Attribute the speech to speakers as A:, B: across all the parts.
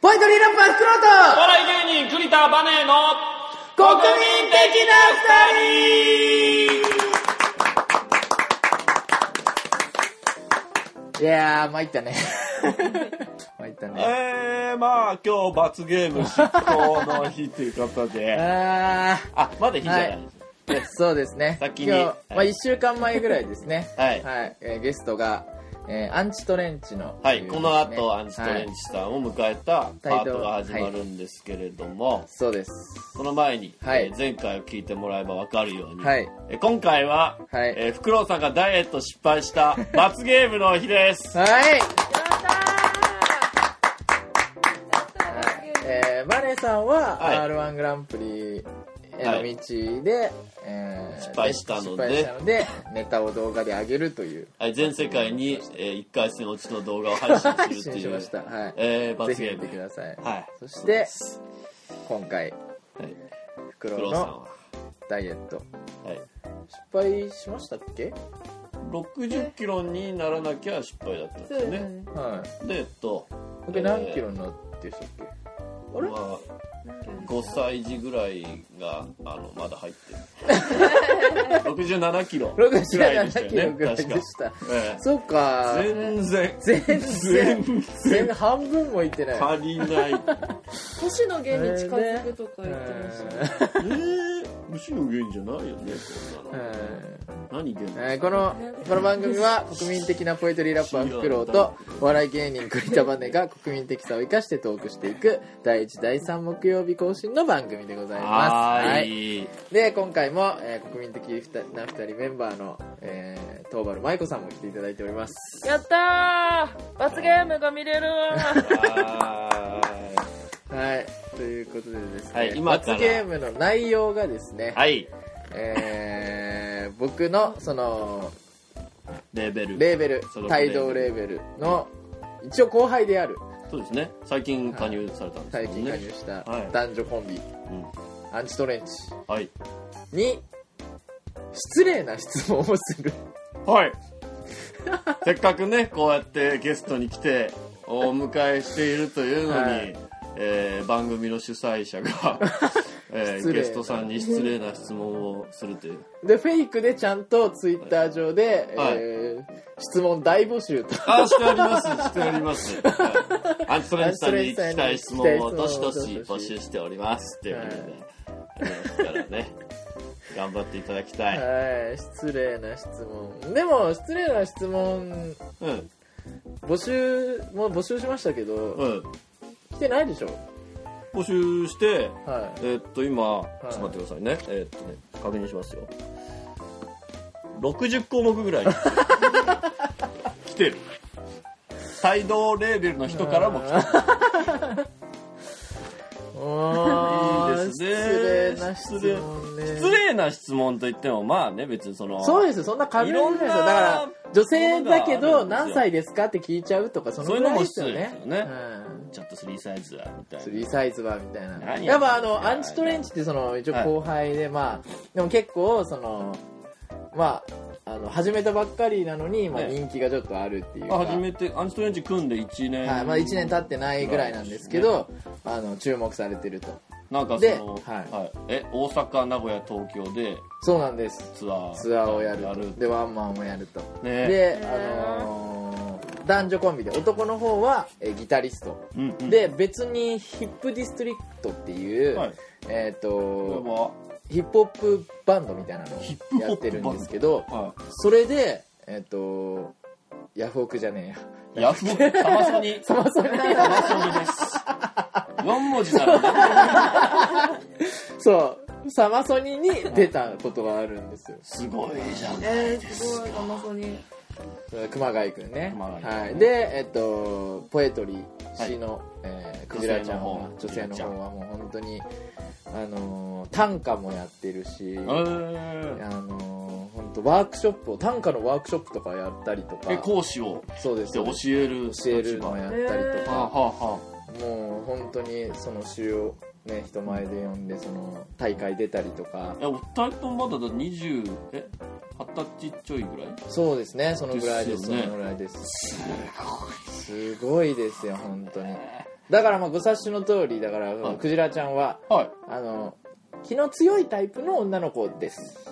A: ポイントリーランパースクロ
B: お
A: ー
B: 笑い芸人栗田バネの
A: ト国民的な二人いやー、参った ね。参ったね。
B: えー、まあ今日罰ゲーム執行の日ということ で
A: あー。
B: あまだ日じゃない、
A: はいそうですね。
B: 先に
A: 今日
B: はい、。
A: まあ、1週間前ぐらいですね
B: はい
A: えーゲストが、えーアンチトレンチの、
B: はい
A: とう
B: この
A: ですね
B: 後アンチトレンチ。
A: はい
B: さんを迎えたパートが始まるんですけれども、
A: そうです。
B: その前に、
A: はい
B: えー前回を聞いてもらえばわかるように、
A: はい
B: えー今回は、
A: はい
B: えーフクロウさんがダイエット失敗した罰ゲームの日で す。
A: はい。
C: やっ
A: えーバネさんは、
B: はい
A: R1 グランプリへの道で、えー
B: 失敗した
A: 失
B: ので
A: 敗したのでネタを動画で上げるという。
B: はい、全世界に、え1回戦落ちの動画を配信
A: 発
B: するっ
A: 信
B: て
A: し
B: いう
A: ました。はい。
B: えー罰
A: ぜ
B: ゲ
A: ひ
B: ー
A: 見てく
B: ム。
A: ださい。
B: はい。
A: そして
B: そう
A: 今回、
B: はい
A: フク
B: フク
A: ロ
B: ロ
A: ウ
B: ウさん
A: の
B: は、
A: ダイエット。
B: はい、
A: 失敗しましたっけ
B: 60キロにならなきゃ失敗だったんですね。
A: はい。
B: で、えっと、
A: 僕何キロになってしたっけ、あれ
B: まあ、5歳児ぐらいが、あの、まだ入 ってる。67キロぐらいでしたよ
A: 67キロ
B: ね。
A: ぐらいで
B: 確か。
A: した、
B: ええ
A: そっか
B: 全然
A: 全然
B: 全
A: 全然半分もいってない
B: 足りないえ
C: 都市の芸に近づくとか言ってましたね。
B: ー、虫の源じゃないよねこんなの、何源ですか、
A: えーこのこの番組は国民的なポエトリーラッパーフクロウとお笑い芸人栗田バネが国民的さを生かしてトークしていく第1第3木曜日更新の番組でございます
B: はーい、
A: で今回も、えー国民的ふたな2人メンバーの、えー、東原舞子さんも来ていただいております
C: やったー罰ゲームが見れるわー
B: は
A: はい、ということでですね、
B: はい今から
A: 罰ゲームの内容がですね、
B: ーいはい
A: えー僕のその
B: レベル
A: レーベル
B: 所属レーベ
A: 帯
B: ル
A: 同レーベルの一応後輩である
B: そうですね最近加入されたんです
A: 最
B: よね
A: 近加入した
B: はい
A: 男女コンビ、
B: うん
A: アンチトレンチ
B: はい
A: に失礼な質問をする
B: はい せっかくねこうやってゲストに来てお迎えしているというのに、
A: はい
B: えー番組の主催者 が、えー
A: 失礼
B: ゲストさんに失礼な質問をするという
A: でフェイクでちゃんとツイッター上で、
B: はい
A: えー質問大募集と
B: あ、しております、しております。はいアントレンジさんに聞きたい質問をどしどし募集しております。っていうことで、ありますからね、 頑張っていただきたい。
A: はい失礼な質問でも失礼な質問
B: うん、
A: 募集も募集しましたけど、
B: うん。
A: 来てないでしょ
B: 募集して、
A: は
B: えーっと、今、ちょ
A: い
B: っと待ってくださいね。えーっとね、確認しますよ。60項目ぐら い来てる。帯同レーベルの人からも来てる。
A: い おー
B: いいですね
A: 失礼な質問ね
B: 失礼な質問といっても、まあね、別にその、
A: そうですよそんな軽いじゃないですよ
B: いろ
A: だ
B: んな
A: から女性だけ
B: ものが
A: ど
B: あるんですよ
A: 何歳ですかって聞いちゃうとかその
B: そうい
A: ぐ
B: うの
A: らい
B: も
A: です
B: 失
A: よ
B: 礼で
A: ね
B: すよ
A: う
B: ね。
A: ん
B: ちょっとスリーサイズだ、みたい
A: ス
B: な。
A: リーサイズはみたい
B: 何や
A: な
B: ってん
A: やっぱあ
B: だよ
A: のアンチトレンチってその一応
B: はい
A: 後輩でまあでも結構そのまああの始めたばっかりなのに、まあ、
B: ね
A: 人気がちょっとあるっていうか、
B: あ初めて、アンチトレンチ組んで1年。
A: はいまだ1年経ってないぐらいなんですけど、あの注目されてると
B: なんかそ
A: で
B: の、
A: はい
B: はいえ、大阪、名古屋、東京で
A: そうなんです
B: ツアー。
A: ツアーをやる
B: や
A: と
B: る。
A: でワンマンをやると、
B: ね
A: で、あ
C: ー
A: のー男女コンビで男の方は、えーギタリスト、
B: うんうん、
A: で別にヒップディストリクトっていう、
B: はい
A: えっ、
B: これ
A: と
B: は、
A: ヒップホップバンドみたいなの
B: ヒップ
A: を
B: ホップバンド
A: やってるんですけど
B: は
A: それでえっ、とヤフオクじゃね
B: い。ヤフオク、サマソニ、
A: えやサマソニ
B: サマソニです。4文字ならね、
A: そうサマソニに出たことがあるんですよ
B: すごいじゃん。
C: えー、すごい、マソに。
A: 熊谷くんね
B: 熊谷くん
A: はい、で、えっと、ポエトリー詩の、えークジラちゃんは女
B: 女
A: 性
B: 性
A: の
B: の
A: 方
B: 方
A: はもう本当にあのー短歌もやってるし、
B: え
A: あ
B: ー、
A: のー本当ワークショップを短歌のワークショップとかやったりとか
B: え講師を
A: そうで
B: し
A: す
B: て
A: よ
B: 教える
A: 教える
B: 立場
A: の
B: は
A: やったりと
B: あ、は
A: か、
B: あ、はあ。
A: もう本当にその詩を、ね、人前で読んでその大会出たりとか
B: えお二人ともまだだ20え二十歳ちょいぐらい
A: そうですねそのぐらいです
B: ですよね
A: そのぐらいですすごいですよ本当にだからまあご察しの通りだから、
B: はい
A: クジラちゃんは
B: はい。
A: あの気の強いタイプの女の子です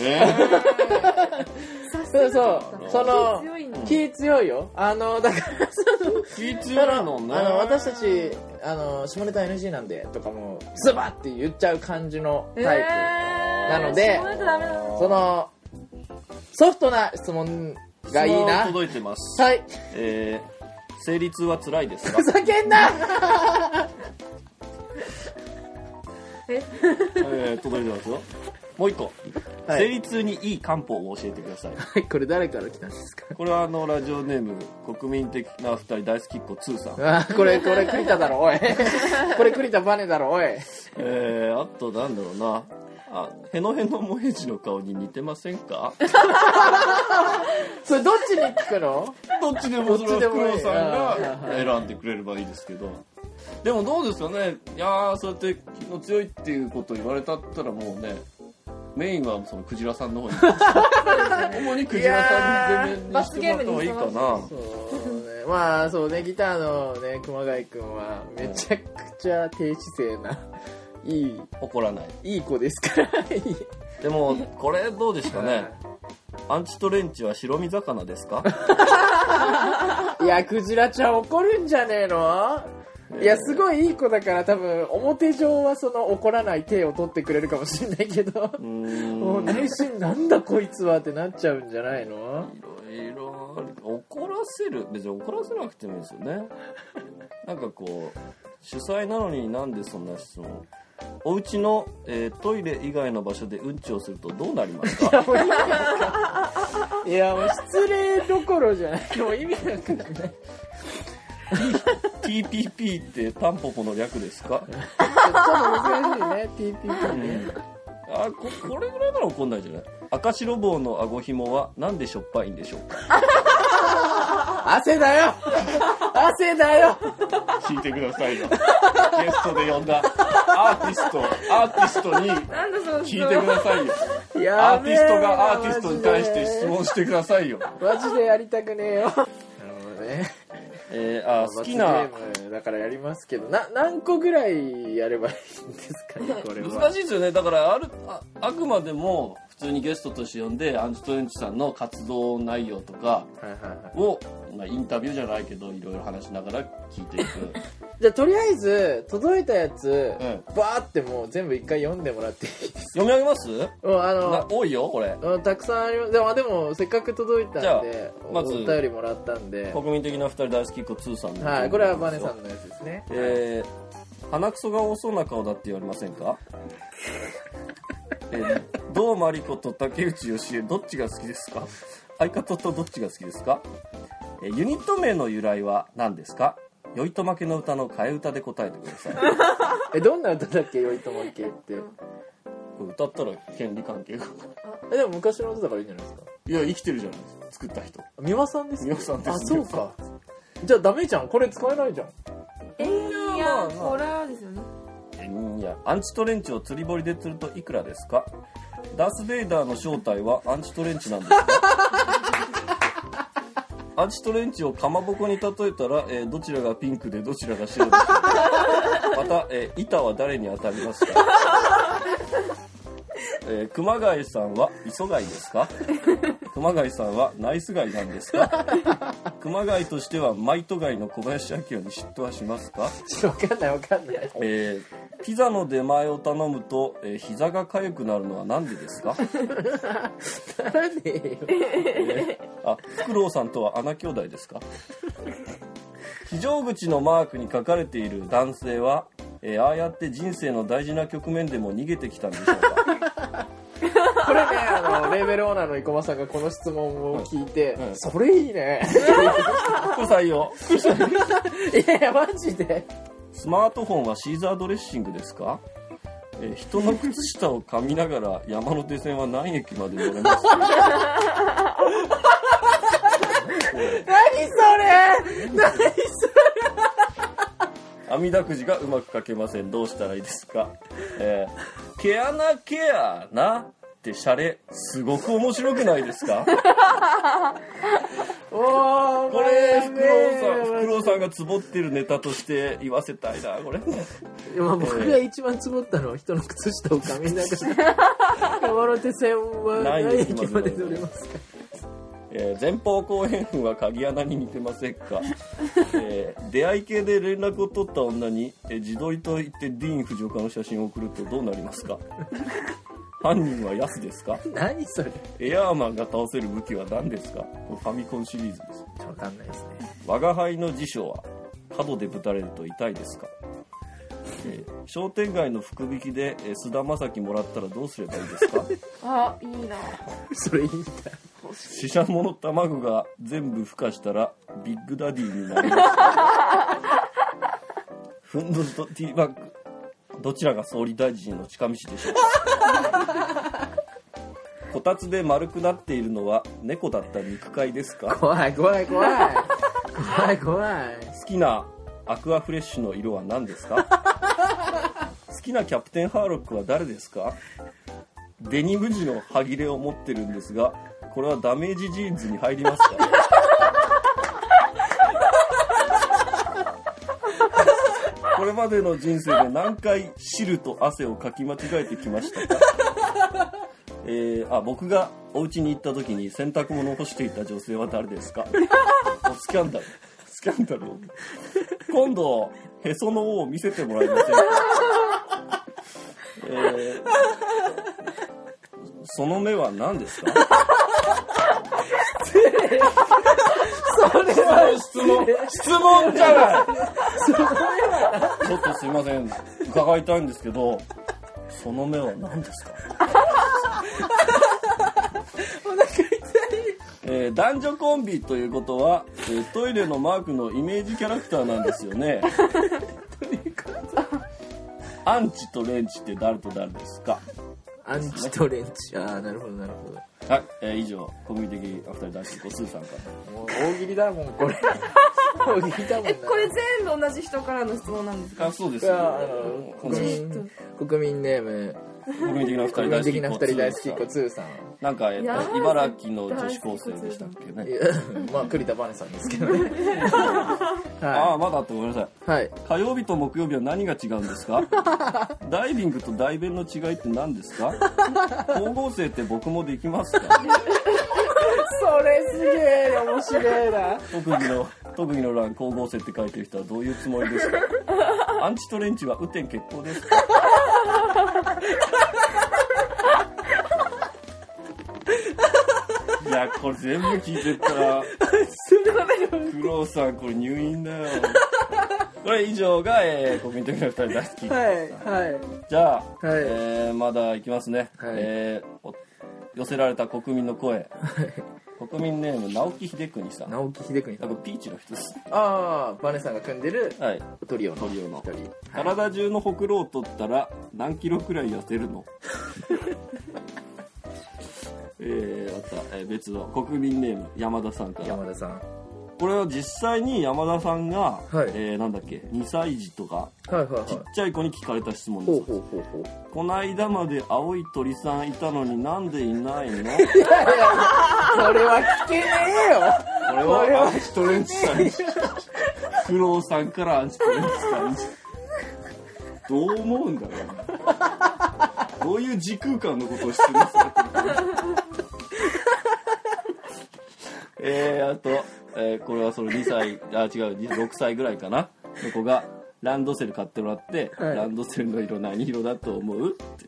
B: えー、
A: そうそうその
D: 気強いんだ
A: 気強いよあのだから
B: 気強いのね。
A: あの私たちあの下ネタ NG なんでとかもズバッて言っちゃう感じのタイプ、
D: え
A: なので
D: そうやとダメなの
A: そのソフトな質問がいい
B: 質
A: な
B: 問届いてます。
A: はい
B: えー、生理痛は辛いですか
A: ふざけんな
B: えー、届いてますよ。もう一個。
A: はい
B: 生理痛にいい漢方を教えてください。
A: はい これ誰から来たんですか
B: これはあの、ラジオネーム、国民的な二人大好きっ子2さん。
A: あ ーこれこれ栗田だろおい これ栗田バネだろおい
B: えー、あとなんだろうな。あ、へのへのもへじの顔に似てません か
A: それどっちに聞くの
B: どっちでもそれ
A: どっ
B: は
A: ちで
B: フク
A: もい
B: ロ
A: い
B: ウさんが選んでくれればいいですけど。でもどうですかねいやー、そうやって気の強いっていうことを言われたったらもうね、メインはそのクジラさんの 方に。主にクジラさんに全面にしてもらった方がいいかな。
A: そうねまあそうねギターのね熊谷君はめちゃくちゃ低姿勢ないい
B: 怒らない。
A: いい子ですからいい
B: でも、これどうですかねアンチトレンチは白身魚ですか
A: いやクジラちゃん怒るんじゃねえのいやすごいいい子だから多分表上はその怒らない手を取ってくれるかもしれないけど
B: うー ん
A: もう内心なんだこいつはってなっちゃうんじゃないの
B: いろいろある怒らせる別に怒らせなくてもいいですよ ねなんかこう主催なのになんでそんな質問お家の、えートイレ以外の場所でうんちをするとどうなります か
A: もう意味がないいやもう失礼どころじゃないもう意味なくない
B: TPP ってタンポポの略ですか、
A: ちょっと難しいね TPP ね
B: あここれぐらいなら怒んないんじゃない赤白棒のあごひもはなんでしょっぱいんでしょうか
A: 汗だよ汗だよ
B: 聞いてくださいよゲストで呼んだアーティストアーティストに
D: なんだその質
B: 聞い
D: 問
B: てくださいよア
A: や
B: ー
A: べ
B: ティ
A: え
B: ストがアーティストに対して質問してくださいよ。
A: マジでマジでやりたくねえよなるほどね
B: えー、あ好きな
A: 罰、ゲームだからやりますけどな何個ぐらいやればいいんですか ねこれは
B: 難しいですよね。だから、ある、ああくまでも、普通にゲストとして呼んで、アンジュトレンチさんの活動内容とか
A: はいはいはい
B: を、まあ、インタビューじゃないけど、いろいろ話しながら聞い ていく。
A: じゃあとりあえず届いたやつ、
B: うん
A: バーってもう全部一回読んでもらってい いです
B: 読み上げます
A: かうんあの
B: な多いよ、これ。
A: うんたくさんありますでもでもせっかく届い
B: じ
A: た
B: ゃ
A: ん
B: あ
A: で
B: まず
A: お便りもらったんで、
B: 国民的な二人大好きっ子2さんの
A: はい、これはバネさんのやつですね、
B: えー、鼻くそが多そうな顔だって言われません かえー、堂真理子と竹内義恵どっちが好きですか相方とどっちが好きですか、えーユニット名の由来は何ですか酔いと負けの歌の替え歌で答えてくださ い
A: えどんな歌だっけ「よいともいけ」って
B: これ歌ったら権利関係が
A: えでも昔の歌だからいいんじゃないですか
B: いや生きてるじゃないですか作った人
A: 美輪さんです
B: 美輪さんです
A: あそうかじゃあダメじゃんこれ使えないじゃん
D: えーいやホラーですよね
B: うんいやアンチトレンチを釣り堀で釣るといくらですかダース・ベイダーの正体はアンチトレンチなんですか アンチトレンチをかまぼこに例えたら、えーどちらがピンクでどちらが白ですかまた、えー板は誰に当たりますか、えー熊谷さんは磯貝ですか熊谷さんはナイス貝なんですか熊谷としてはマイト貝の小林明に嫉妬はしますか
A: ちょっと分かんない分かんない
B: えーピザの出前を頼むと、えー膝が痒くなるのはなんでですか
A: ならね えよ
B: あ、フクロウさんとは穴兄弟ですか非常口のマークに書かれている男性は、えーああやって人生の大事な局面でも逃げてきたんでしょうか
A: これねあのレーベルオーナーの生駒さんがこの質問を聞いて、
B: うんうん
A: それいいね
B: これ採用
A: いやいやマジで
B: スマートフォンはシーザードレッシングですか、えー人の靴下を噛みながら山手線は何駅まで乗れますか
A: 何それ何それ
B: 阿弥陀くじがうまく書けませんどうしたらいいですか、えー毛穴ケアなってシャレすごく面白くないですか
A: おー
B: これ、フクロウさん、
A: まあ
B: フクロウさんがつぼってるネタとして言わせたいな、これ。
A: いやまあ僕が一番つぼったのは人の靴下を髪 の中で川の手線は
B: ない
A: 何
B: です
A: 駅まで乗れますか
B: えー前方後円墳は鍵穴に似てませんか、えー出会い系で連絡を取った女に、えー自撮りと言ってディーン・フジオカの写真を送るとどうなりますか犯人はヤスですか
A: 何それ
B: エアーマンが倒せる武器は何ですかこれファミコンシリーズです
A: わかんないですね
B: 我が輩の辞書は角でぶたれると痛いですか、えー商店街の福引きでえー菅田将暉もらったらどうすればいいですか
D: あ、いいな。
A: それいいんだ
B: 死者もの卵が全部孵化したらビッグダディになりますフンドとティーバッグどちらが総理大臣の近道でしょうかこたつで丸くなっているのは猫だった肉塊ですか
A: 怖い怖い怖い怖い怖い
B: 好きなアクアフレッシュの色は何ですか好きなキャプテンハーロックは誰ですかデニム地の歯切れを持ってるんですがこれはダメージジーンズに入りますかこれまでの人生で何回汁と汗をかき間違えてきましたかえーあ僕がお家に行った時に洗濯物を干していた女性は誰ですかもうスキャンダルスキャンダル今度へその緒を見せてもらえませんか、えーその目は何ですか質問質問じゃないちょっとすいません伺いたいんですけどその目は何ですかえー男女コンビということは、えートイレのマークのイメージキャラクターなんですよねアンチとレンチって誰と誰ですか
A: アンチとレンチああなるほどなるほど
B: はい、えー以上コミュニティアフター男子ご通さんか
A: もう大喜利だもんこれ大喜利 だもん
D: え、
A: な
D: これ全部同じ人からの質問なんですから
B: あそうです
A: い
B: よ
A: やあの
B: この
A: 国民国民ネーム
B: コミュニティの
A: 国民的な
B: 二
A: 二
B: 人
A: 人
B: 大
A: 大
B: 好
A: 好
B: き
A: き
B: っ
A: っ
B: 子
A: 子
B: 通
A: ツーさん
B: なんか、えっと、茨城の女子高生でしたっけ
A: い
B: ね
A: やまあ栗田バネさんですけ どね
B: ああ
A: は
B: まだあったごめんなさい
A: い、はい、
B: 火曜日と木曜日は何が違うんですかダイビングとダイベンの違いって何ですか光合成って僕もできますか
A: それすげえ面白いな
B: 特技の特技の欄光合成って書いてる人はどういうつも りですかアンチトレンチは雨天決行ですかいやこれ全部聞いてっ たら苦労さんこれ入院 だよこれ以上が、えー、国民的な二人大好き、
A: はいはい
B: じゃあ、
A: はい
B: えーまだいきますね、
A: はい
B: えーお寄せられた国民の声国民ネーム直木秀邦さん
A: 直木秀邦
B: 多分ピーチの人です
A: ああバネさんが組んでる
B: はい
A: トリオの
B: トリオの
A: 一人
B: 体中のほくろを取ったら何キロくらい痩せるの えー、また、えー別の国民ネーム山田さんから
A: 山田さん
B: これは実際に山田さんが、
A: はい
B: えーなんだっけ2歳児とか
A: はいはいは
B: ちっちゃい子に聞かれた質問で
A: ほ
B: す
A: うほうほうほう
B: この間まで青い鳥さんいたのになんでいな いのこ
A: いやいやいやそれは聞けねえよ
B: れはアンチトレンチ さんにフロウさんからアンチトレンチさんにどう思うんだろうなどういう時空間のことをしてるんですかえー、あと、えーこれはその2歳あ違う6歳ぐらいかなの子がランドセル買ってもらって、
A: はい
B: ランドセルの色何色だと思うって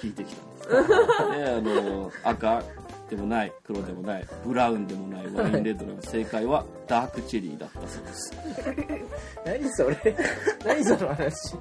B: 聞いてきたんですであの赤でもない黒でもないブラウンでもないワインレッドでもない正解はダークチェリーだったそうです
A: 何それ何その話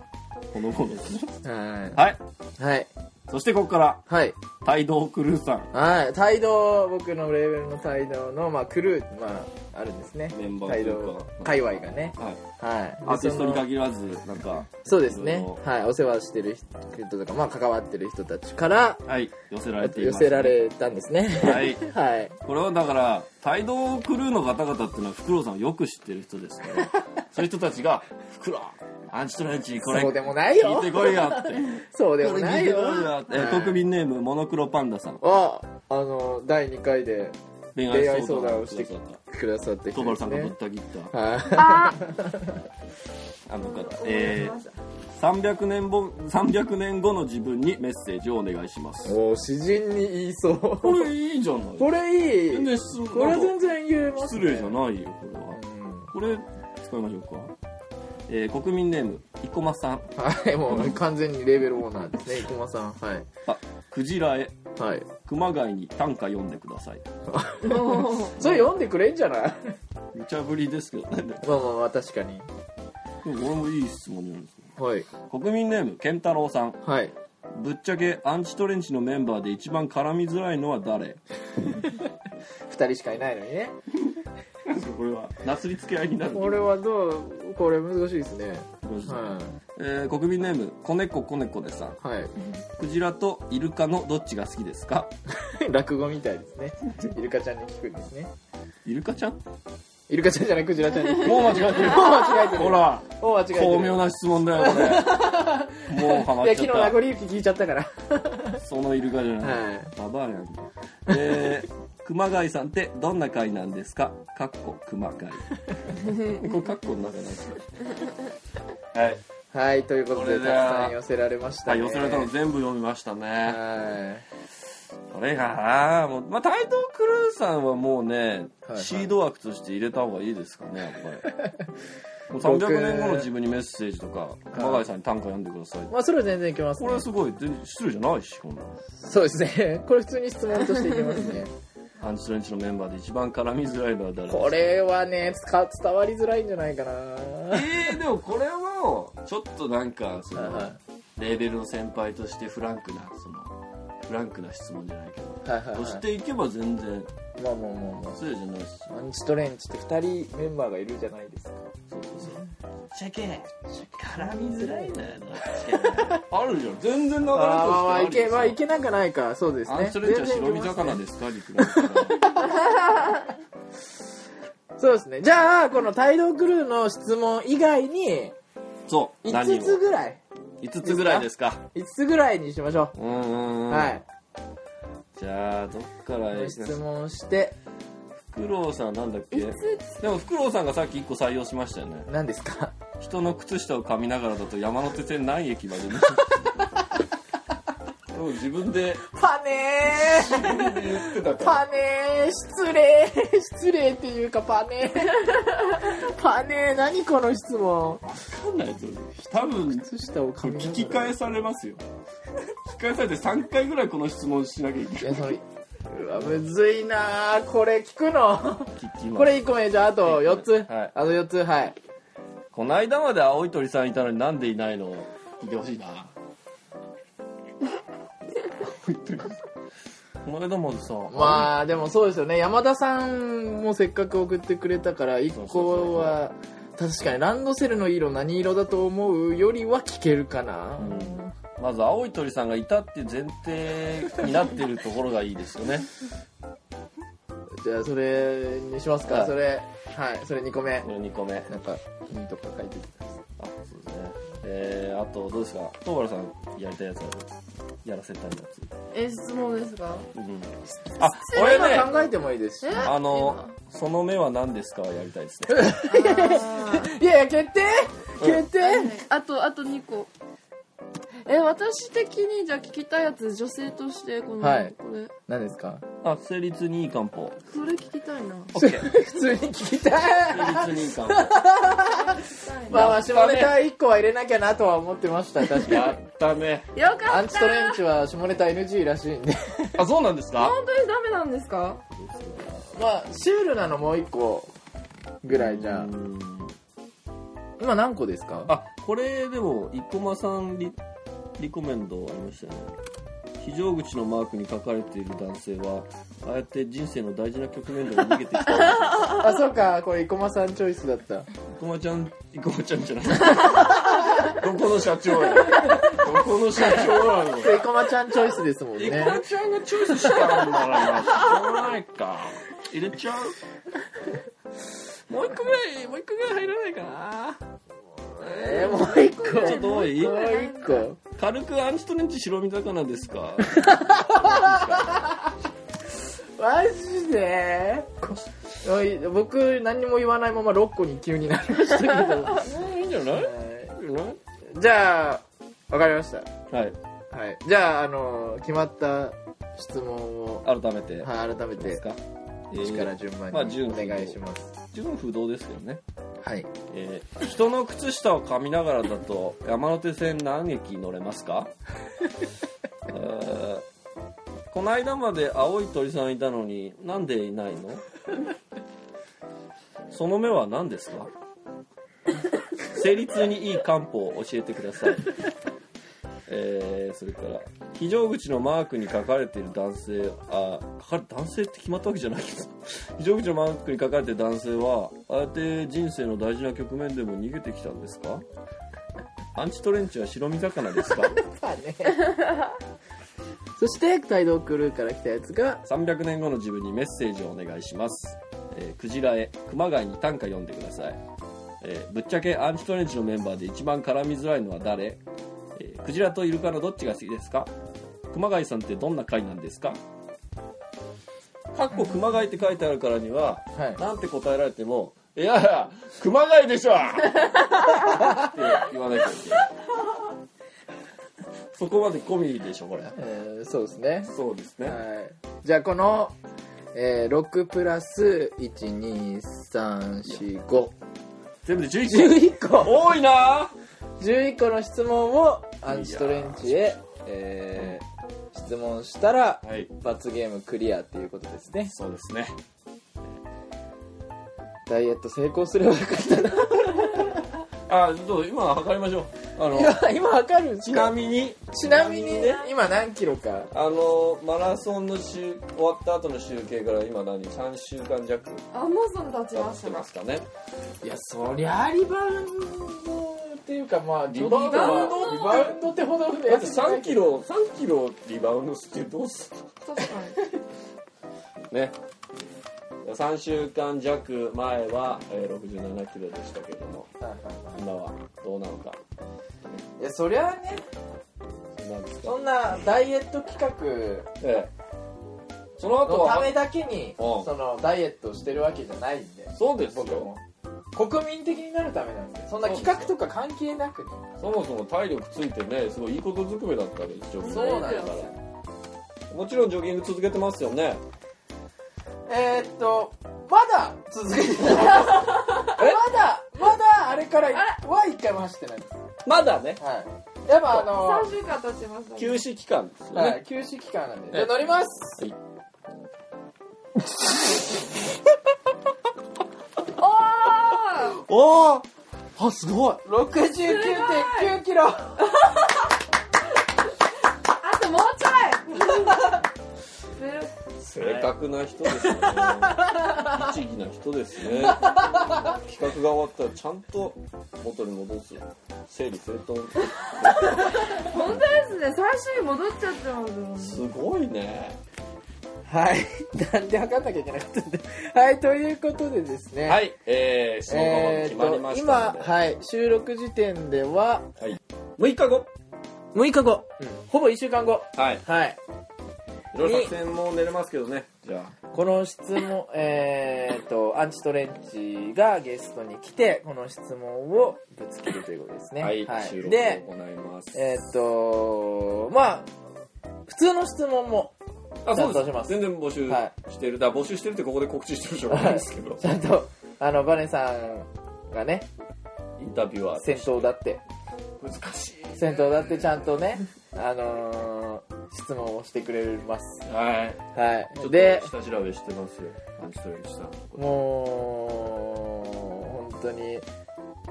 B: この頃ですね
A: は
B: はい
A: いはい
B: そしてここから
A: はい
B: 帯同クルーさん
A: はい帯同僕のレーベルの帯同のまあクルーまああるんですね
B: メンバーとい
A: 帯
B: うか
A: 同界隈がね
B: はい
A: はい
B: アーティスト
A: でその
B: に限らずなんか
A: そうです
B: い
A: ね
B: ろい
A: はいお世話してる人とかまあ関わってる人たちから
B: ろはい寄せられてい
A: 寄
B: ます
A: せられたんですね
B: はい
A: はい
B: これはだから帯同クルーの方々っていうのはフクロウさんをよく知ってる人ですから そういう人たちが「フクロウアンチトランチこれ
A: そうでもない
B: 聞い
A: よ
B: てこいよ」って「
A: そうでもないよ
B: これ聞いてこいよってえー国民ネームモノクロパンダさん
A: はあの第2回で
B: 恋
A: 愛相談をしてき
B: くださ
A: くださって人
B: トバ
A: で
B: ル
A: す
B: さんがぶ
A: ね
B: った切った
A: はい
D: あ
B: あの方
D: ー
B: えー300年後300年後の自分にメッセージをお願い します
A: おー詩人に言いそう
B: これいいじゃない
A: これい
B: 全
A: い
B: 然質問
A: これ全然言えます
B: 失
A: ね
B: 礼じゃないよこ
A: う
B: れは
A: ん
B: これ使いましょうか、えー国民ネーム生駒さん
A: はいもう完全にレベルオーナーですね生駒さんはい
B: あクジラへ
A: はい
B: 熊谷に短歌読んでください
A: それ読んでくれんじゃない
B: 無茶ぶりですけどね で
A: まあまあまあ確かに
B: もこれもいい質問なんですね
A: はい
B: 国民ネーム健太郎さん
A: はい
B: ぶっちゃけアンチトレンチのメンバーで一番絡みづらいのは誰
A: 2人しかいないのにね
B: これはなすりつけ合いになる
A: これはどうこれ難しいですねは
B: はえー国民ネーム子猫子猫でさん
A: い、はい
B: クジラとイルカのどっちが好きですか
A: 落語みたいですねイルカちゃんに聞くんですね
B: イルカちゃんも
A: イルカちゃんじゃないクジラちゃんに 聞く
B: う間違えてる
A: もう間違えてる
B: ほら
A: もう間違えてる
B: 巧妙な質問だよこれもうハマ
A: いや昨
B: っち
A: 日
B: ゃ
A: 名
B: っ
A: 残雪聞いちゃったから
B: たそのイルカじゃない、
A: はい
B: ババアやんえー、熊谷さんってどんな会なんですかかっこ熊 谷これかっこの中なんですよはい
A: はい、ということで、
B: これ
A: たく
B: では
A: さん寄せられました
B: はい
A: ね。
B: 寄せられたの全部読みましたね
A: は
B: どれかなもう、まあ、タイトクルーさんはもうね、
A: はいはい
B: シード枠として入れた方がいいですかねやっぱりもう
A: 僕
B: 300年後の自分にメッセージとか熊谷さんに短歌読んでください
A: い。まあ、それは全然いけます、
B: こ
A: ね
B: れ。はすごい全然失礼じゃないしこんなの
A: そうですね。 これ普通に質問としていけますね。
B: アンチトレンチのメンバーで一番絡みづらいのは誰
A: これはね、つか伝わりづらいんじゃないかな。は
B: えー、でもこれもちょっとなんかそ
A: い
B: の
A: は
B: レーベルの先輩としてフランクなそのフランクな質問じゃないけど
A: い。はいはい
B: とし
A: は
B: ていけば全然
A: い。まあまあまあま
B: 失礼じゃないし
A: あ。アンチトレンチって2人メンバーがいるじゃないですか。
B: そうそうそうシャケ絡みづらいのよ あるじゃん全然流
A: あ
B: れとして
A: あまあまあ、
B: あ
A: い
B: るよ
A: け、まあいけなくないか。そうですね。
B: アンチトレンチは白
A: 全然い
B: 身
A: けま
B: 魚
A: すね
B: ですか陸の魚
A: そうですね。じゃあ、この帯同クルーの質問以外に、
B: そう何
A: 5
B: を
A: つぐらい。
B: 5つぐらいですか
A: 5つぐらいにしましょ
B: うんうんう
A: う。
B: ん
A: はい。
B: じゃあどっからいきます
A: 質問して、
B: フクロウさんなんだっけでもフクロウさんがさっき1個採用しましたよね
A: 何ですか
B: 人の靴下を噛みながらだと山手線何駅ま ででも自分で
A: パネー
B: 言ってたから
A: パネー失礼失礼っていうかパネーパネー 何この質問
B: 分かんないですよね多分
A: 靴下を髪
B: 聞き返されますよ聞き返されて3回ぐらいこの質問しなきゃいけない
A: いやそれうわむずいなあこれ聞くの
B: 聞きます
A: これ1個目じゃああと4つ、
B: はい
A: あと4つはい
B: この間まで青い鳥さんいたのになんでいないの聞いてほしい な青い鳥さんこの間までさ
A: まあでもそうですよね山田さんもせっかく送ってくれたから1個は確かにランドセルの色何色だと思うよりは聞けるかな、
B: うんまず青い鳥さんがいたっていう前提になってるところがいいですよ ね
A: じゃあそれにしますか、
B: はい
A: それはいそれ2個目
B: これ2個目あ
A: なんか君とか書いてきた
B: そうですねえー、あとどうですか東原さんやりたいやつあるやらせたいやつ、
D: え、質問ですか
B: うん、あ
A: こ
B: 俺ね
A: 考えてもいいですし
B: あの「その目は何ですか?」はやりたいですね
A: いやいや決定決定、
D: あと、あと2個。え、私的にじゃあ聞きたいやつ、女性として、この、
A: はい
D: これ。
A: 何ですか
B: あ成立にいい漢 方
D: それ聞きたいな。
A: 普通に聞きたい
B: 成立にいい漢方
A: まあまあ下ネタ1個は入れなきゃなとは思ってました確
B: や
A: か
B: ったね
D: よか
A: ア
D: っ
A: ンチ
D: た
A: トレンチは下ネタ NG らしいんで
B: あそうなんですか
D: 本当にダメなんですか
A: まあシュールなのもう1個ぐらいじゃあ
B: うん
A: 今何個ですか
B: あこれでも生駒さんリリコメンドありましたよね非常口のマークに書かれている男性はああやって人生の大事な局面でも逃げてき た
A: あそうかこれ生駒さんチョイスだった
B: 生駒ちゃん生駒ちゃん じゃないどこの社長やどこの社長やの
A: 生駒ちゃんチョイスですもんね
B: 生駒ちゃんがチョイスしたんだからしょうがないか入れちゃうもう一個ぐらいもう一個ぐらい入らないかな
A: えー、もう1個
B: ちょっと多い
A: もう1個
B: 軽くアンチトレンチ白身魚ですか
A: マジでおい僕何も言わないまま6個に急になりましたけどは
B: うんいいんじゃない
A: いじゃあわかりました
B: はい
A: はい、じゃあ、あの決まった質問を、
B: 改めて
A: はい、改め
B: で
A: て
B: す、か
A: 一から順番
B: まあ
A: に
B: 順
A: お
B: 番に
A: 願いします。
B: 自分不動ですけどね、
A: はい。
B: えー人の靴下を噛みながらだと山手線何駅乗れますかえーこの間まで青い鳥さんいたのになんでいないのその目は何ですか生理痛にいい漢方を教えてくださいえーそれから非常口のマークに書かれている男性あ書かれ男性って決まったわけじゃないけど非常口のマークに書かれている男性はああやって人生の大事な局面でも逃げてきたんですかアンチトレンチは白身魚ですか
A: そして、帯同クルーから来たやつが、
B: 300年後の自分にメッセージをお願いします、えークジラへ熊谷に短歌読んでください、えーぶっちゃけアンチトレンチのメンバーで一番絡みづらいのは誰、えークジラとイルカのどっちが好きですか熊谷さんってどんな回なんですかかっこ熊谷って書いてあるからには、
A: はい
B: なんて答えられても「いやいや熊谷でしょ! 」って言わなきゃいけないそこまで込みでしょこれ
A: えーそうですね。
B: そうですね
A: はい。じゃあ、この、えー、6プラス、1、2、3、4、5。
B: 全部で11
A: 11個
B: 多いなぁ
A: !11 個の質問を、アンチトレンチへ、えー質問したら、
B: はい
A: 罰ゲームクリアっていうことですね。
B: そうですね
A: ダイエット成功すればよかったな。
B: あどう今測りましょうあの
A: 今、今測るんです
B: ち
A: か
B: なみに
A: ちなみにね、今何キロか。
B: あのマラソンの集終わった後の集計から今何3週間弱経
D: あもうそん立ちま
B: っ
D: してた
B: ますかね
A: いや、そりゃリバウンドっていうか、まあ、
B: リバウンドは
A: リバウンドってほどの
B: だ
A: や
B: って
A: つじゃな
B: 3
A: いけ
B: キ
A: ど。
B: ロ3キロリバウンドしてどうす
D: 確か
B: るね3週間弱前は、えー67キロでしたけども今はどうなのか
A: いや、そりゃね、
B: なんですか
A: そんなダイエット企
B: ええその
A: 画
B: 後
A: のた
B: は
A: めだけに、
B: うん
A: その、ダイエットをしてるわけじゃないんで。
B: そうです
A: 僕
B: よ
A: も。国民的になるためなんで。そんな企画とか関係なくね。
B: そもそも体力ついてねすごいいいことずくめだったわけですよ
A: そうなんですよ
B: もちろんジョギング続けてますよね
A: えー、っと、まだ続 けてない。まだ、まだあれからは一回も走ってないです。
B: まだね
A: はい。やっぱあの
D: に3週間経ちましたね
B: 休止期間ですよね、
A: はい、休止期間なんで。じゃあ乗ります
D: お
B: おおあすごい
A: !69.9 キロ
D: ーあともうちょい
B: 正確な人です ね律儀な人ですね企画が終わったらちゃんと元に戻す整理整頓
D: 本当ですね最終に戻っちゃってますもん
B: すごいね
A: はい。なんで測んなきゃいけなかったんだ。はい、ということでですね。
B: はいえー、質問が
A: え
B: 決まり
A: ー
B: ま
A: と、
B: し
A: 今
B: た、ので、
A: はい、収録時点では、
B: 6日後
A: 6日後、ほぼ1週間後。
B: はい
A: はい。
B: いろいろ作戦も練れますけどねじゃあ
A: この質問、えー、と、アンチトレンチがゲストに来て、この質問をぶつけるということですね。
B: はい、収録を
A: で、
B: 行います
A: えー、っと、まあ、普通の質問も、
B: あそうで
A: 出
B: す
A: します
B: 全然募集
A: は
B: してる、だから募集してるってここで告知してるしょうがないですけど、
A: ちゃんと、あの、バネさんがね、
B: インタビュアー
A: 先頭だって、
B: 難しい
A: 先頭だってちゃんと ね、あのー質問をしてくれます。
B: はい
A: は
B: ちょ
A: い。
B: っと
A: で、
B: 下調べしてますよアンチトレンチさんのこと
A: もう、本当に、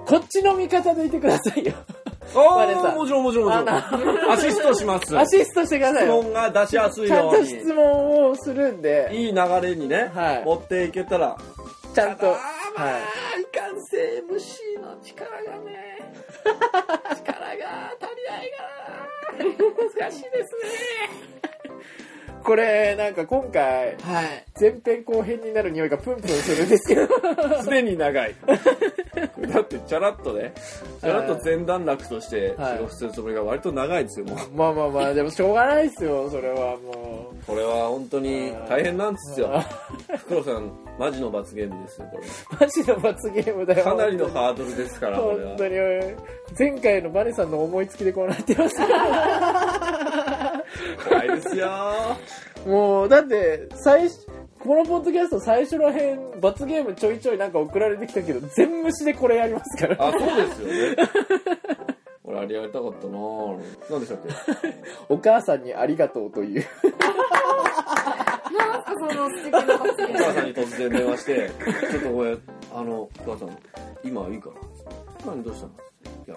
A: こっちの味方でいてくださいよ。バレ
B: あ
A: た
B: あもちろんもちろんもちろんアシストします
A: アシストしてくださ
B: 質
A: いよ。
B: 問が出しやすい
A: ちゃん
B: よう
A: と
B: に
A: 質問をするんで、
B: いい流れにね、
A: はい
B: 持っていけたら
A: ちゃんと、
B: あ
A: は
B: らまあ、い、かんせん MC の力が ね力が足りない から難しい
A: い。
B: です
A: これ、なんか今回、
B: はい
A: 前編後編になる匂いがプンプンするんですけど、
B: すでに長いこれだってチャラッとねチャラッと全段落として
A: はい
B: 仕事するつもりが割と長いですよもう
A: まあまあまあでもしょうがないですよそれはも
B: これは本当に大変なんですよ黒さんマジの罰ゲームですよこれ
A: う マジの罰ゲームだよ
B: かなりのハードルですからこれ
A: 本
B: は
A: 当に前回のバネさんの思いつきでこうなってます
B: 怖いですよー
A: もうだって最初このポッドキャスト最初の辺罰ゲームちょいちょいなんか送られてきたけど全無視でこれやりますから
B: あそうですよね俺あれやりたかったなぁ何でしたっけ
A: お母さんにありがとうという
D: なんかその素敵な発
B: お母さんに突然電話して「ちょっとごめんあのお母さん今いいかな何どうしたの?」いや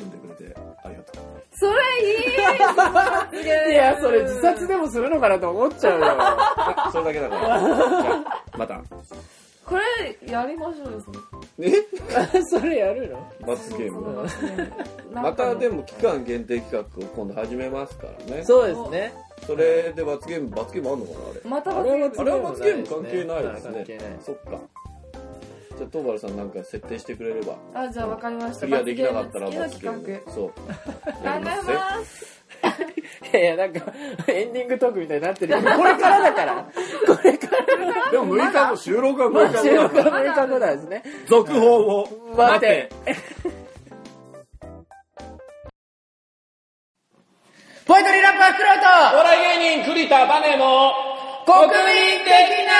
B: 産んでくれてありがとう
D: それいい
A: いやそれ自殺でもするのかなと思っちゃうよ
B: あそれだけだからじゃあまた
D: これやりましょうよそれ
B: え
A: それやるの
B: 罰ゲーム
D: な
B: ま
D: んか
B: たでも期間限定企画を今度始めますからね
A: そう
D: です
A: ね
B: それで罰ゲーム罰ゲームあんのかなあれ
D: また
A: あ
D: 罰
A: れ
D: ゲ
A: は
D: ーム
A: 罰
B: あれは罰ゲーム関係ないです
A: はい
B: ね
A: 関係ない
B: そっかじゃあ東原さんなんか設定してくれれば
D: あじゃあわかりました
B: クリアできなかったら
D: 罰
B: 罰ゲ
D: ゲーム
B: ー
D: 付きの企
B: ムそう
D: 画考えます
A: いやいやなんかエンディングトークみたいになってるけどこれからだ からこれから
B: でも6日後収録は
A: まあ収
B: 6
A: 録
B: 日後
A: は6日後なんですね
B: 続報を
A: 待てポイトリーラッパークロ
B: お笑い芸人栗田バネの
A: ート国民的な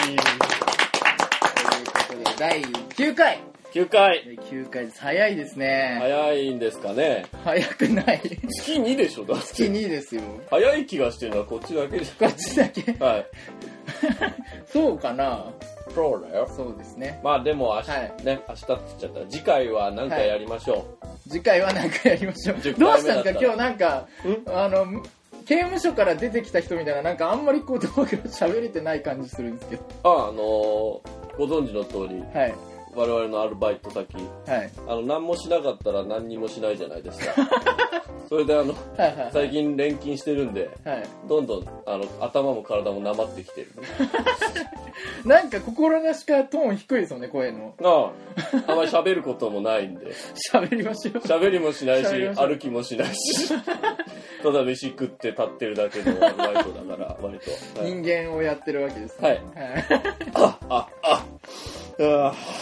A: 二人ということで第9回
B: 9回
A: 9回です早いですね
B: 早いんですかね
A: 早くない
B: 月2でしょだって
A: 月2ですよ
B: 早い気がしてるのはこっちだけじ
A: こっちだけ
B: ゃんはい
A: そうかな
B: そうだよ
A: そうですね
B: まあでも明日、
A: はい
B: ね明日って言っちゃった次回は何かやりましょう、
A: 次回は何かやりましょう
B: 10
A: どう
B: 回
A: し
B: 目
A: た
B: だ
A: ん
B: った
A: ですか今日なんかあの刑務所から出てきた人みたいななんかあんまりこう動画喋れてない感じするんですけど
B: ああのーご存知の通り
A: はい
B: 我々のアルバイト先
A: はい
B: あの何もしなかったら何にもしないじゃないですかそれであの
A: はいはい
B: 最近錬金してるんで
A: はい
B: どんどんあの頭も体もなまってきてる
A: なんか心なしかトーン低いですよね声の
B: あああまり喋ることもないんで
A: 喋りましょう
B: 喋りもしないし
A: 喋りましょう
B: 歩きもしないし ただ飯食って立ってるだけのアルバイトだから割と、はい
A: 人間をやってるわけです、
B: はい
A: はい、
B: あああ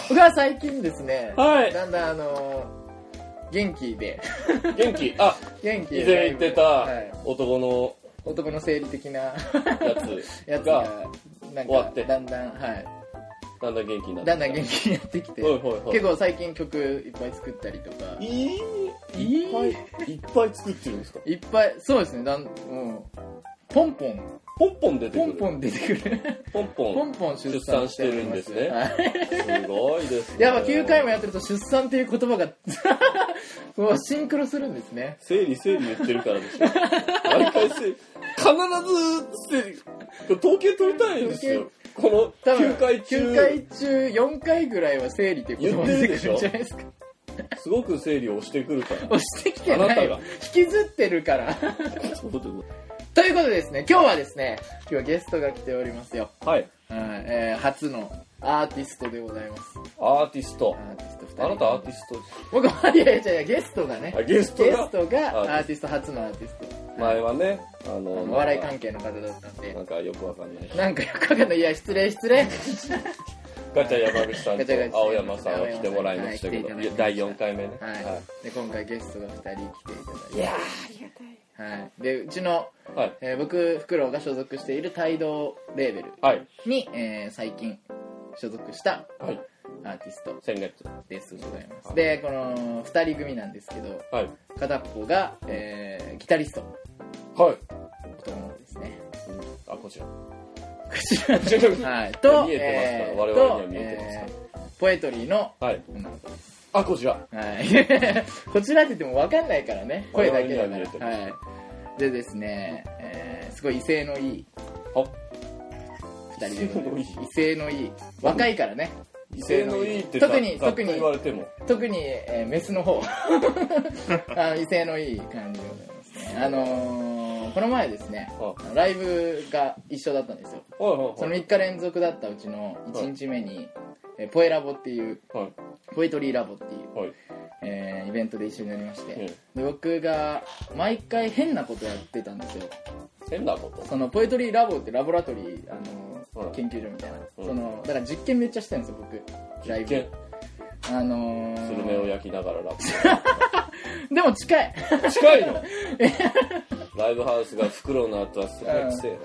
A: 僕は最近ですね、
B: はい
A: だんだんあの元気で
B: あ元気あ
A: 元気
B: 以
A: で
B: 前言ってた
A: はい
B: 男の
A: 男の生理的な
B: や
A: や
B: つ
A: つ
B: が
A: がなん
B: 終わっ
A: か
B: て
A: だんだんはい
B: だんだん元気になってきた
A: だんだん元気になってきて
B: ほいほいほい
A: 結構最近曲いっぱい作ったりとか
B: い
A: い
B: いいっぱいいっぱい作ってるんですか
A: いっぱいそうですねだん、うん、ポンポン
B: ポンポン出てく
A: ポ
B: る
A: ンポン出てくる
B: ポンポン
A: ポンポン出産しております
B: 出産してるんですね
A: はい
B: すごいです ね
A: やっぱ9回もやってると出産っていう言葉が こうシンクロするんですね
B: 整理整理言ってるから でしょ毎回整理必ず整理統計取りたいんですよこの
A: 多分
B: 9回
A: 9
B: 中
A: 回中4回ぐらいは生理っていう言葉
B: 言
A: 出て
B: ってる
A: く
B: でしょ
A: るんじゃないですか
B: すごく整理を押してくるから
A: 押してきてないよ
B: あなたが
A: 引きずってるから
B: そういうこ
A: ということでですね今日はですね今日はゲストが来ておりますよ、
B: とはい
A: はいえー初のアーティストでございます
B: アーティスト
A: アーティスト2人
B: あなたアーティスト
A: 僕はいやいやいやゲストがね
B: あゲスト
A: ゲ
B: が
A: ストが
B: あ
A: アーティスト初のアーティス
B: 前はねあ
A: ト
B: の
A: お笑い
B: なん
A: 関
B: か
A: 係の方だったんで
B: なんかよくわかんない
A: なんかよくわかんないいや失礼失 礼
B: ガチャ山口さん
A: ガチャガチャ
B: と青山さんを来てもらいましたけ
A: は
B: ど
A: い
B: いや第4回目ね
A: はい、で今回ゲストが2人来ていただいて
B: いや
A: はい、でうちの、
B: ーはい
A: えー僕フクロウが所属している帯同レーベル
B: はい
A: に、えー最近所属した
B: はい
A: アーティスト
B: 先月
A: ですございま
B: は
A: す
B: い
A: でこの2人組なんですけど
B: はい
A: 片っぽが、えーギタリスト
B: はい
A: 男の子ですね
B: あこちら
A: こちらはい、と、
B: 見えてますから、
A: えー
B: 我々には見えてますから、
A: とえーポエトリーの、
B: はい
A: 女の子です
B: あこちら
A: はい、 こちらって言っても分かんないからね、声だけだか
B: 我々には見え
A: ら。
B: て
A: はい、でですね、えーすごい威勢のいい
B: あ
A: 二人でございます威
B: 威勢のいい
A: 勢のいい、若いからね、
B: 威勢のいいって
A: 特に
B: ざざっと
A: 特に
B: 言われても
A: 特に、 えーメスの方あの威勢のいい感じでございますね。あのーのこの前ですね
B: あ
A: あのライブが一緒だったんですよその
B: はい
A: 3日連続だったうちの1日目に、えーポエラボっていう
B: はい
A: ポエトリーラボっていう、
B: はいはい
A: えーイベントで一緒になりまして、
B: え
A: で僕が毎回変なことやってたんですよ
B: 変なこと
A: そのポエトリーラボってラボラトリーあの、
B: はい
A: 研究所みたいな、
B: うん
A: そのだから実験めっちゃしてるんですよ僕ライ
B: 一見
A: ブあのー
B: スルメを焼きながらラッ
A: でも近い
B: プ近いのライブハウスが袋の後はすごいくせえな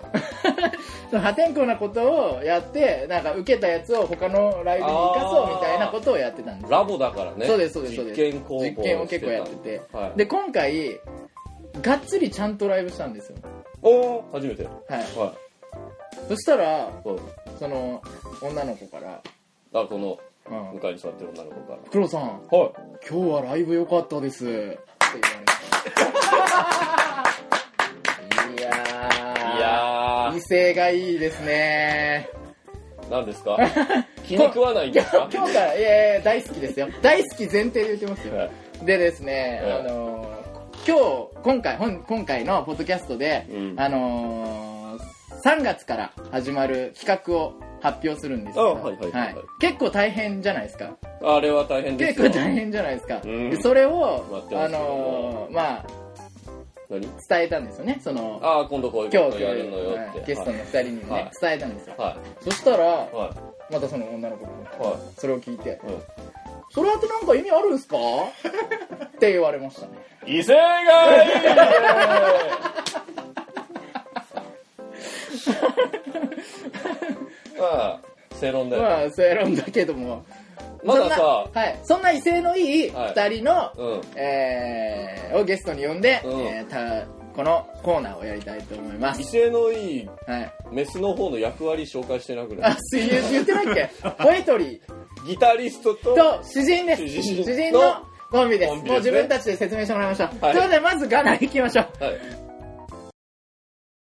A: その破天荒なことをやってなんか受けたやつを他のライブに生かそうみたいなことをやってたんです
B: ラボだからね
A: そうですそうですそうです
B: 実験工房
A: 実験を結構やってて、
B: はい
A: で今回がっつりちゃんとライブしたんですよ
B: おお初めてはい
A: はいそしたら
B: そう
A: その女の子から
B: あこの
A: 「うん
B: 向かいに座ってる女の子か
A: 黒さん
B: らはい
A: 今日はライブ良かったです」って言われていやー
B: いや
A: 威勢がいいですね
B: ー何で すか気に食わないんですか
A: 今日からいやいや大好きですよ大好き前提で言ってますよ、
B: はい
A: でですね、
B: はい
A: あのー今日今回本今回のポッドキャストで、
B: うん
A: あのー3月から始まる企画を発表するんですけ
B: あ
A: ど、
B: はいはいはい
A: 結構大変じゃないですか
B: あれは大変です
A: 結
B: よ
A: 構大変じゃないですか、
B: うん
A: でそれを
B: 待ってま
A: あ
B: すけど
A: のーまあ
B: 何
A: 伝えたんですよねその
B: ああ今度こういう
A: 今
B: こ
A: 日
B: とやるのよ
A: は
B: っ
A: い
B: て
A: ゲストの2人にね、
B: はい
A: 伝えたんですよ、
B: は
A: そしたら、
B: いは
A: またその女の子が
B: いは
A: それを聞いて
B: いはい
A: それってなんか意味あるんすかって言われましたね
B: 威勢がいい まあ正論だよ、
A: まあ正論だけども
B: まださ
A: そんな,、はい、そんな威勢のいい2人の、
B: うん
A: えーをゲストに呼んで、
B: うん
A: えーたこのコーナーをやりたいと思いま
B: 威
A: す
B: 勢のいい
A: はい
B: メスの方の役割紹介してなくない
A: あ水泳言ってないっけ ポエトリ
B: ギタリストと
A: ーと詩人です
B: 詩人の
A: のコンビです
B: コンビですね
A: もう自分たちで説明してもらいました、
B: はい
A: ということでまずガナ行きましょう
B: はい